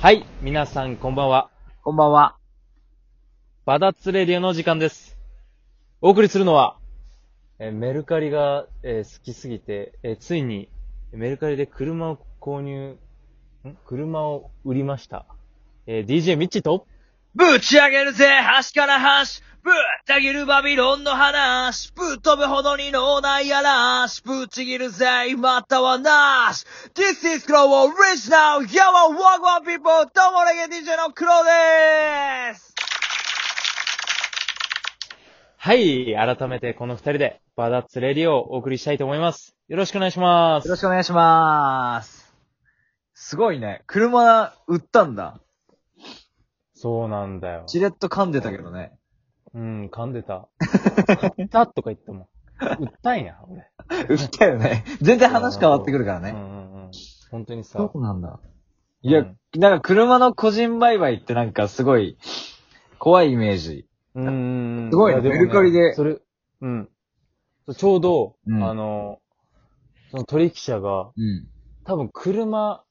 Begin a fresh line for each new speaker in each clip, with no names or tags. はい、皆さんこんばんは。
こんばんは。
バダッツレディオの時間です。お送りするのは、えーメルカリが、えー好きすぎて、えーついにメルカリで車を購入、ん車を売りました。えー DJ ミッチーと、
ぶち上げるぜ、端から端。ぶった切るバビロンの話。ぶっ飛ぶほどに脳内やらし。ぶちぎるぜ、またはなし。This is Global Rich Now, Your Walk One People, どうもレゲエ DJ のクローです。
はい、改めてこの二人でバダッツレディオをお送りしたいと思います。よろしくお願いします。
よろしくお願いします。すごいね。車売ったんだ。
そうなんだよ。
じれっと噛んでたけどね。
うん、噛んで た。買ったとか言って も。売ったんや、俺。
売ったよね。全然話変わってくるから
う
ね。
んうんうん。本当にさ
そ。うなんだ。
うん
いや、なんか車の個人売買ってなんかすごい怖いイメージ。
うん。
すごいね
やでも
メルカリで
それ、うん。そうちょうど、
うん
あの、その取引者が、
うん。
多分車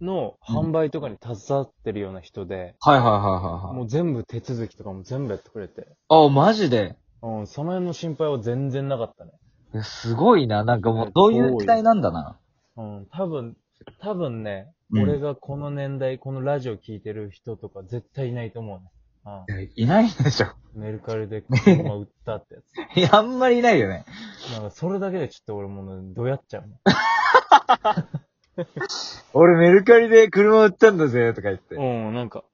の販売とかに携わってるような人で、
はいはいはいはい
も
はい。
う全部手続きとかも全部やってくれて、
あ、マジで
うん、その辺の心配は全然なかったね。
いやすごいな。なんかもう、どういう期待なんだな。
うん、多分、多分ね、
うん
俺がこの年代、このラジオ聞いてる人とか絶対いないと思うね。あ
いやいないでしょ。
メルカリで車売ったってやつ。
いや、あんまりいないよね。
なんかそれだけでちょっと俺もうどやっちゃうもん。
俺メルカリで車売ったんだぜ、とか言って。い
うん、なんか、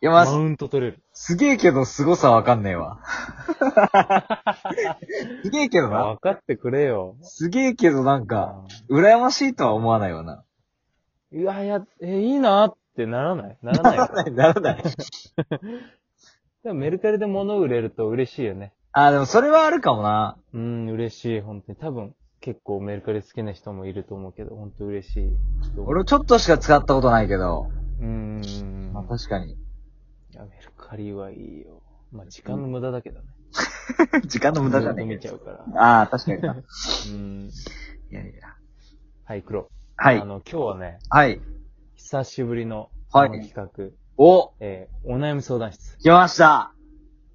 や、まあ
マ、ウント取れる。
すげえけど凄さわかんねえ わ。すげえけどな。
分かってくれよ。
すげえけどなんか、羨ましいとは思わないわな。
いや、いや、え、いいなってならないならないよ。
ならない。
でもメルカリで物売れると嬉しいよね。
あ、でもそれはあるかもな。
うん、嬉しい、本当に。多分、結構メルカリ好きな人もいると思うけど、本当嬉しい。
俺ちょっとしか使ったことないけど。
うん。うん
まあ確かに。
いや、メルカリはいいよ。まあ、時間の無駄だけどね。
時間の無駄じゃ
ずっと
ね
見
え
ち
け
ゃ
ど
うから。
ああ、確かに な。
うん。
いやいや。
はい、黒。
は
あ
い。
の、今日はね、
はい。
久しぶりの、
はい
この企画、
お
えーお悩み相談室。
来ました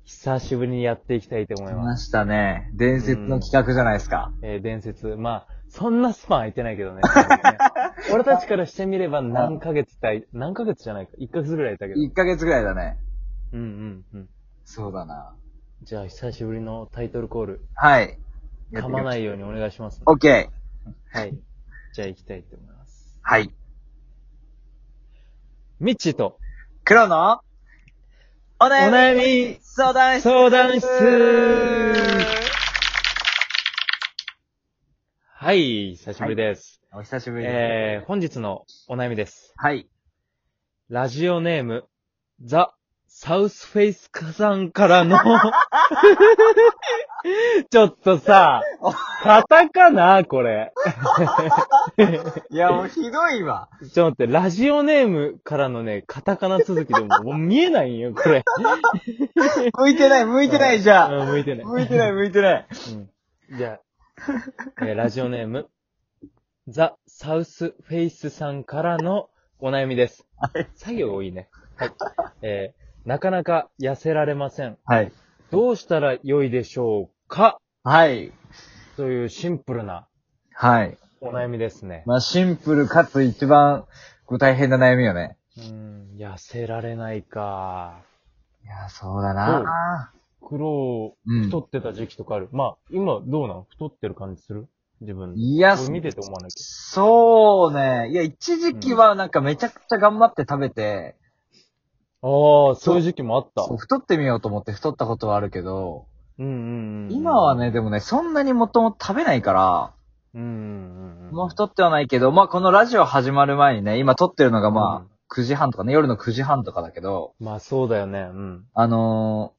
久しぶりにやっていきたいと思い
来
ます
ま。したね。伝説の企画じゃないですか。
えー伝説。まあ、そんなスパン空いてないけど ね。俺たちからしてみれば何ヶ月って、何ヶ月じゃないか。1ヶ月ぐらいだけど。
1ヶ月ぐらいだね。
うんうんうん。
そうだな。
じゃあ、久しぶりのタイトルコール。
はい。。
噛まないいようにお願いしますね、
オッケー。
はい。じゃあ、行きたいと思います。
はい。
ミッチーと、
黒の、お
お
悩み
悩み
相談室
相談室はい、久しぶりです。
お久しぶりです。
えー、本日のお悩みです。
はい。
ラジオネーム、ザ・サウスフェイスカさんから の、ちょっとさ、カタカナこれ。
いや、もうひどいわ。
ちょっと待って、ラジオネームからのね、カタカナ続き でももう見えないんよ、これ。
向いてない、向いてないじゃん。
うん、向いてない。
向いてない、向いてない。
うんじゃあ、えーラジオネーム、ザ・サウスフェイスさんからのお悩みです。作業多いね。はい。えーなかなか痩せられません。
はい。
どうしたら良いでしょうか
はい。
というシンプルな
はい。
お悩みですね。
まあ、シンプルかつ一番、こう大変な悩みよね。
うん、痩せられないか。
いや、そうだな
苦労、
うん
太ってた時期とかある。まあ、今どうなん太ってる感じする自分で。
いや、
俺見てて思わないけ
そうね。いや、一時期はなんかめちゃくちゃ頑張って食べて、
ど。ああ、そういう時期もあった。
そう太ってみようと思って太ったことはあるけど、
うんうんうん。
今はね、でもね、そんなにもともと食べないから、
うんうんうんうん。
もう太ってはないけど、まあこのラジオ始まる前にね、今撮ってるのが
う
ま
ん
あ9時半とかね、夜の9時半とかだけど、
まあそうだよね。うん。
あのー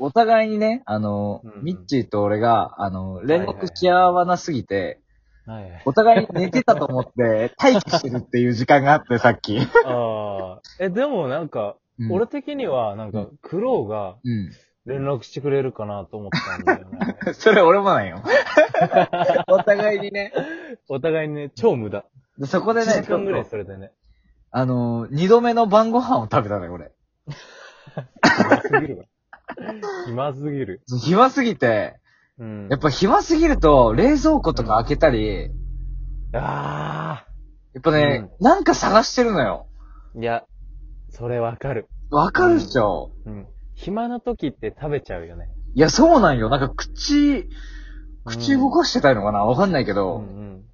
お互いにね、あのー
うんうん
ミッチーと俺が、あのー連絡し合わなすぎて、
はいはい。
お互いに寝てたと思って、待機してるっていう時間があって、さっき。
ああ。え、でもなんか、
うん
俺的には、なんか、苦労が
う
連絡してくれるかなと思ったんだよ ね。
ん。それ俺もなんよ。お互いにね。
お互いにね、超無駄。
でそこで
1
ね
時間ぐらい
ちょっと
それでね。
あのー、二度目の晩ご飯を食べたね、俺。
暇すぎるわ。暇すぎる。
暇すぎて、
うん
やっ。ぱ暇すぎると、冷蔵庫とか開けたり、
あ
やっぱね、なんか探してるのよ。
あ。いや、それわかる。
わかるっしょ、
うん。暇な時って食べちゃうよね。
いや、そうなんよ。なんか口、口動
か
かしてたいのかなわかんないけ
う
ど。
んうん。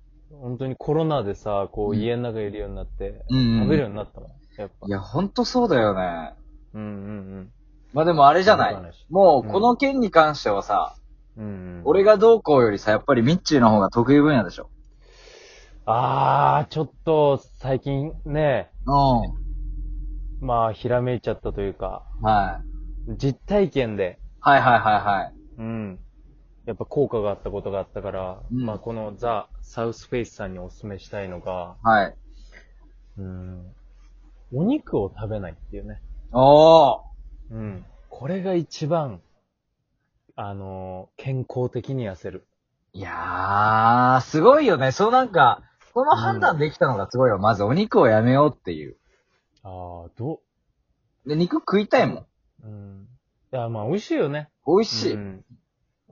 本当にコロナでさ、こう
うん
家の中いるようになって、
うん
食べるようになったもん。やっぱ
い。や、ほんとそうだよね。
うんうん
まあでもあれじゃな
わかんない
い
し。
もう、この件に関してはさ、
うん。うんうん、
俺。がどうこうよりさ、やっぱりミッチーの方が得意分野でしょ。
あー、ちょっと、最近ね、
う
まあ、ひらめいちゃったというか、
ん。はい。
実体験で、
はいはいはいはい。
うん。やっぱ効果があったことがあったから、
うん
まあ、このザ・サウスフェイスさんにお勧めしたいのが、
はい。
うん。お肉を食べないっていうね。
おー。
うん。これが一番、あのー健康的に痩せる。
いやー、すごいよね。そうなんか、この判断できたのがすごいわ。まずお肉をやめようっていう。
ああ、ど
で、肉食いたいもん。
う、うん。いや、まあ、美味しいよね。
美味しい。
うん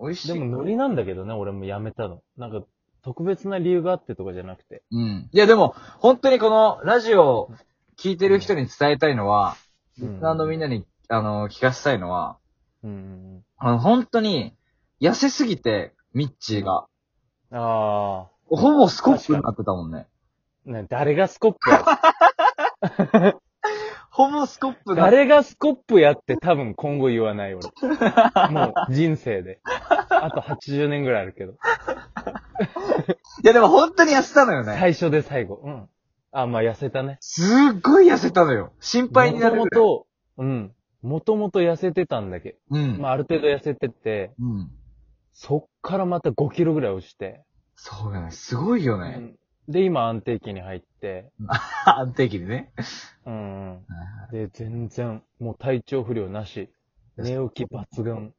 美味しい。
でも、海苔なんだけどね、俺もやめたの。なんか、特別な理由があってとかじゃなくて。
うん。いや、でも、本当にこのラジオを聞いてる人に伝えたいのは、
う
リスナーのみんなに、あの、聞かせたいのは、
うんうん
あの、本当に、痩せすぎて、ミッチーが。
うん。あ
ほぼスコップになってたもんね。
あ、ね、誰がスコップや
ほぼスコップになって
誰がスコップやって多分今後言わない俺。もう人生で。あと80年ぐらいある けど。
いや、でも本当に痩せたのよね。
最初で最後。うん。あ、まあ痩せたね。
すっごい痩せたのよ。心配になる
も
ぐ
とも
らい。
と、うん。もともと痩せてたんだけ
うん
ど。。まあある程度痩せてって、
うん。
そっからまた5キロぐらい落ちて。
そうよね。すごいよ
う
ね。
んで、今安定期に入って。
安定期にね。
うんうん。で、全然、もう体調不良なし。寝起き抜群。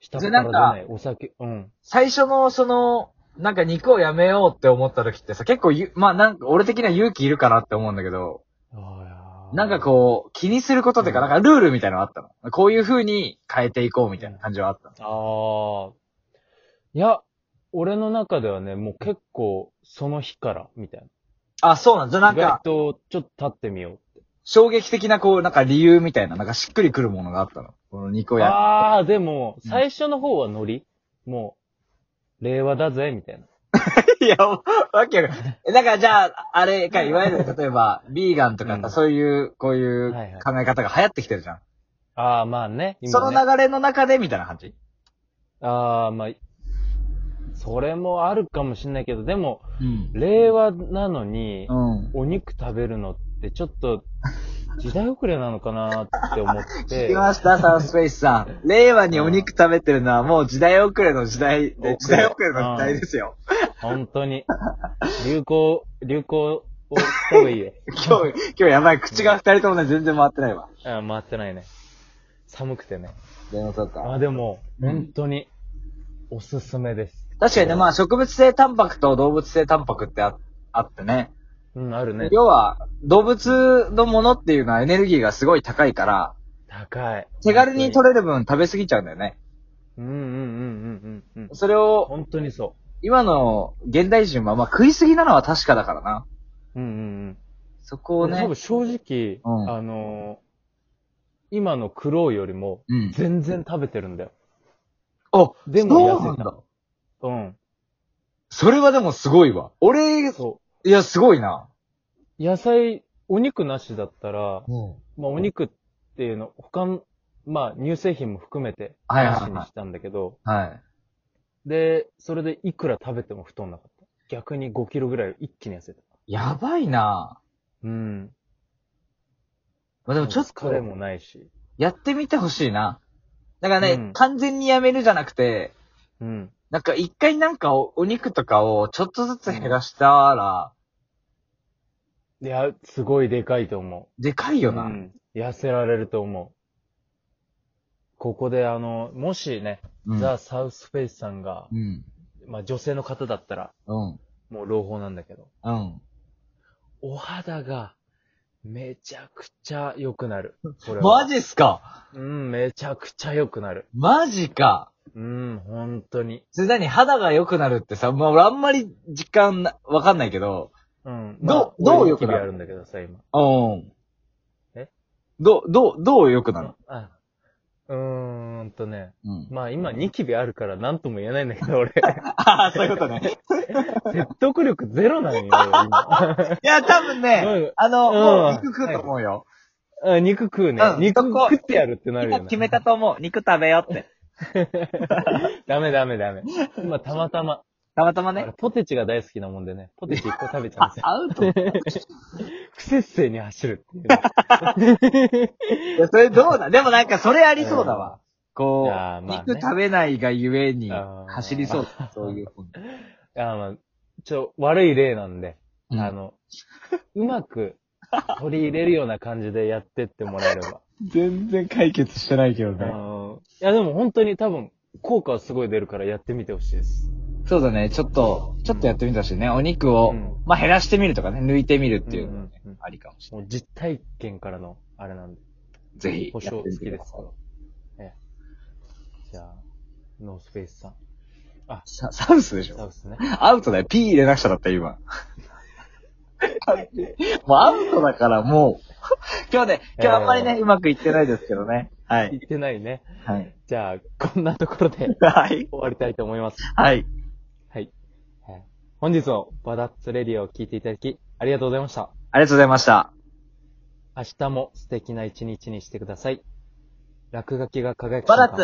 下か
で
ら出
なんか
ない。お酒、うん。
最初の、その、なんか肉をやめようって思った時ってさ、結構ゆ、まあなんか俺的には勇気いるかなって思うんだけど、なんかこう、気にすることっていうか、
う
なんかルールみたいなのあったの。こういう風に変えていこうみたいな感じはあったの。
う。ああ。いや、俺の中ではね、もう結構、その日から、みたい
あ、そうなんだ。
な。
なん
意外
か、
と、ちょっと立ってみよ
衝撃的なこう、なんか理由みたいな、なんかしっくりくるものがあったの。この肉を
う。
やめ
ああ、でも、
うん
最初の方はノリ。もう、令和だぜ、みたいな。
いや、わけわかんない。えなんかじゃあ、あれか、いわゆる、例えば、ビーガンとか
うん
さ、そういう、こういう
はいはい
考え方が流行ってきてるじゃん。
ああ、まあね。
その
ね
流れの中で、みたいな感じ
ああ、まあ、それもあるかもしんないけど、でも、
うん。
令和なのに、
うん。
お肉食べるのってちょっと、時代遅れなのかなって思 っ
聞
て。
きました、サウスペースさん。令和にお肉食べてるのはもう時代遅れの時代
遅れ
で、時代遅れの時代ですよ。
本当に。流行、流行をした方がいい よ。
今日、今日やばい、口が二人ともね、全然回ってないわ。
あ回ってないね。寒くてね。
電話取っ
あ、
た。
でも、
うん
本当に、おすすめです。
確かにね、まあ植物性タンパクと動物性タンパクってああってね。
うん、あるね。
要は、動物のものっていうのはエネルギーがすごい高いから、
高い。
手軽に取
れ
れる分食べ過ぎちゃうんだよね。
うんうんうんうんうんうん。
それを、
本当にそ
今の現代人は、まあ食い過ぎなのは確かだからな。
う。うんうんうん。
そこをね
多分、正直、
うん
あのー今の苦労よりも、
うん。
全然食べてるんだよ。
あ、
でも
そうな
痩
ん
せた
だ。。
うん。
それはでもすごいわ。俺、い
そ
や、すごいな。
う。野菜、お肉なしだったら、
うん。
まあ、お肉っていうの、他の、まあ、乳製品も含めて、
はいはいはい
話にしたんだけど、
はい。
で、それでいくら食べても太んなかった。逆に5キロぐらい一気に痩せた。
やばいな
うん。
まあ、でもちょっ
疲
と
れ、もないし。
やってみてほしいな。だからね、
うん
完全にやめるじゃなくて、
うん。
なんか一回なんかおお肉とかをちょっとずつ減らしたら、
いや、すごいでかいと思。
でかいうよな。
うん。痩せられると思う。ここで、あの、もしね、
うん。
ザ・サウスフェイスさんが、
うん。
まあ女性の方だったら、
うん。
もう朗報なんだけど、
うん。
お肌がめちゃくちゃ良くなる。これは
マジっすか
うん、めちゃくちゃ良くなる。
マジか。
うん、本当に。
それ何肌が良くなるってさ、まあ俺あんまり実感な、わかんないけど。
うん。
どうどう
俺
良く
ニキ
なる
ビあるんだけどさ、今。
うん。
え
ど、ど、どう良くなる
あ、うーんとね。
うん。
まあ今、ニキビあるから何とも言えないんだけど、俺。
ああ、そういうことね。
説得力ゼロなんよ、 今。
いや、多分
うん
ね、あの、
うん
もう肉食うと思うよ。
あ肉食うね。
うん
肉
そこ
食ってやるってなるよ
今
ね。
決めたと思う。肉食べようって。
ダメダメダメ。今たまたま。
たまたま
あれ
ね。
ポテチが大好きなもんでね、ポテチ1個食べちゃうん ですよ。
アウト。い
不節制に走るっていうね。
やそれどうだでもなんかそれありそうだわ。
い
こ
やー
う、
まあね
肉食べないがゆえに
あー
走りそう。そういう。
あまあ、ちょ、悪い例なんで、
うん
あの、うまく取り入れるような感じでやってってもらえれば。
全然解決してないけど
あ。のいや、でも本当に多分、効果はすごい出るからやってみてほしいです。
そうだね。ちょっと、ちょっとやってみてほしいね。お肉を、
うん
まあ、減らしてみるとかね、抜いてみるっていうのもね、
うんうんうん
ありかもしれ
もう実体験からの、あれなんで、
ない。ぜひ。
保証
やっ
好
てみ
き
てく
で
だ
す
さ
か
い
ら。ええじゃあ、ノースペースさん。
ササウスでし
サ
ょ
ウスね。
アウトだよ。P 入れなくちゃだったよ、 今。もうアウトだから、もう。今日ね、今日あんまりね、
えー
うまくいってないですけどね。は
言
い。
ってないね。
はい。
じゃあ、こんなところで 終
はい。
わりたいと思います。
はい。
はい。えー本日のバダッツレディオを聞いていただき、ありがとうございました。
ありがとうございました。
明日も素敵な一日にしてください。落書きが輝く
バ
瞬
ラッ
間
ツ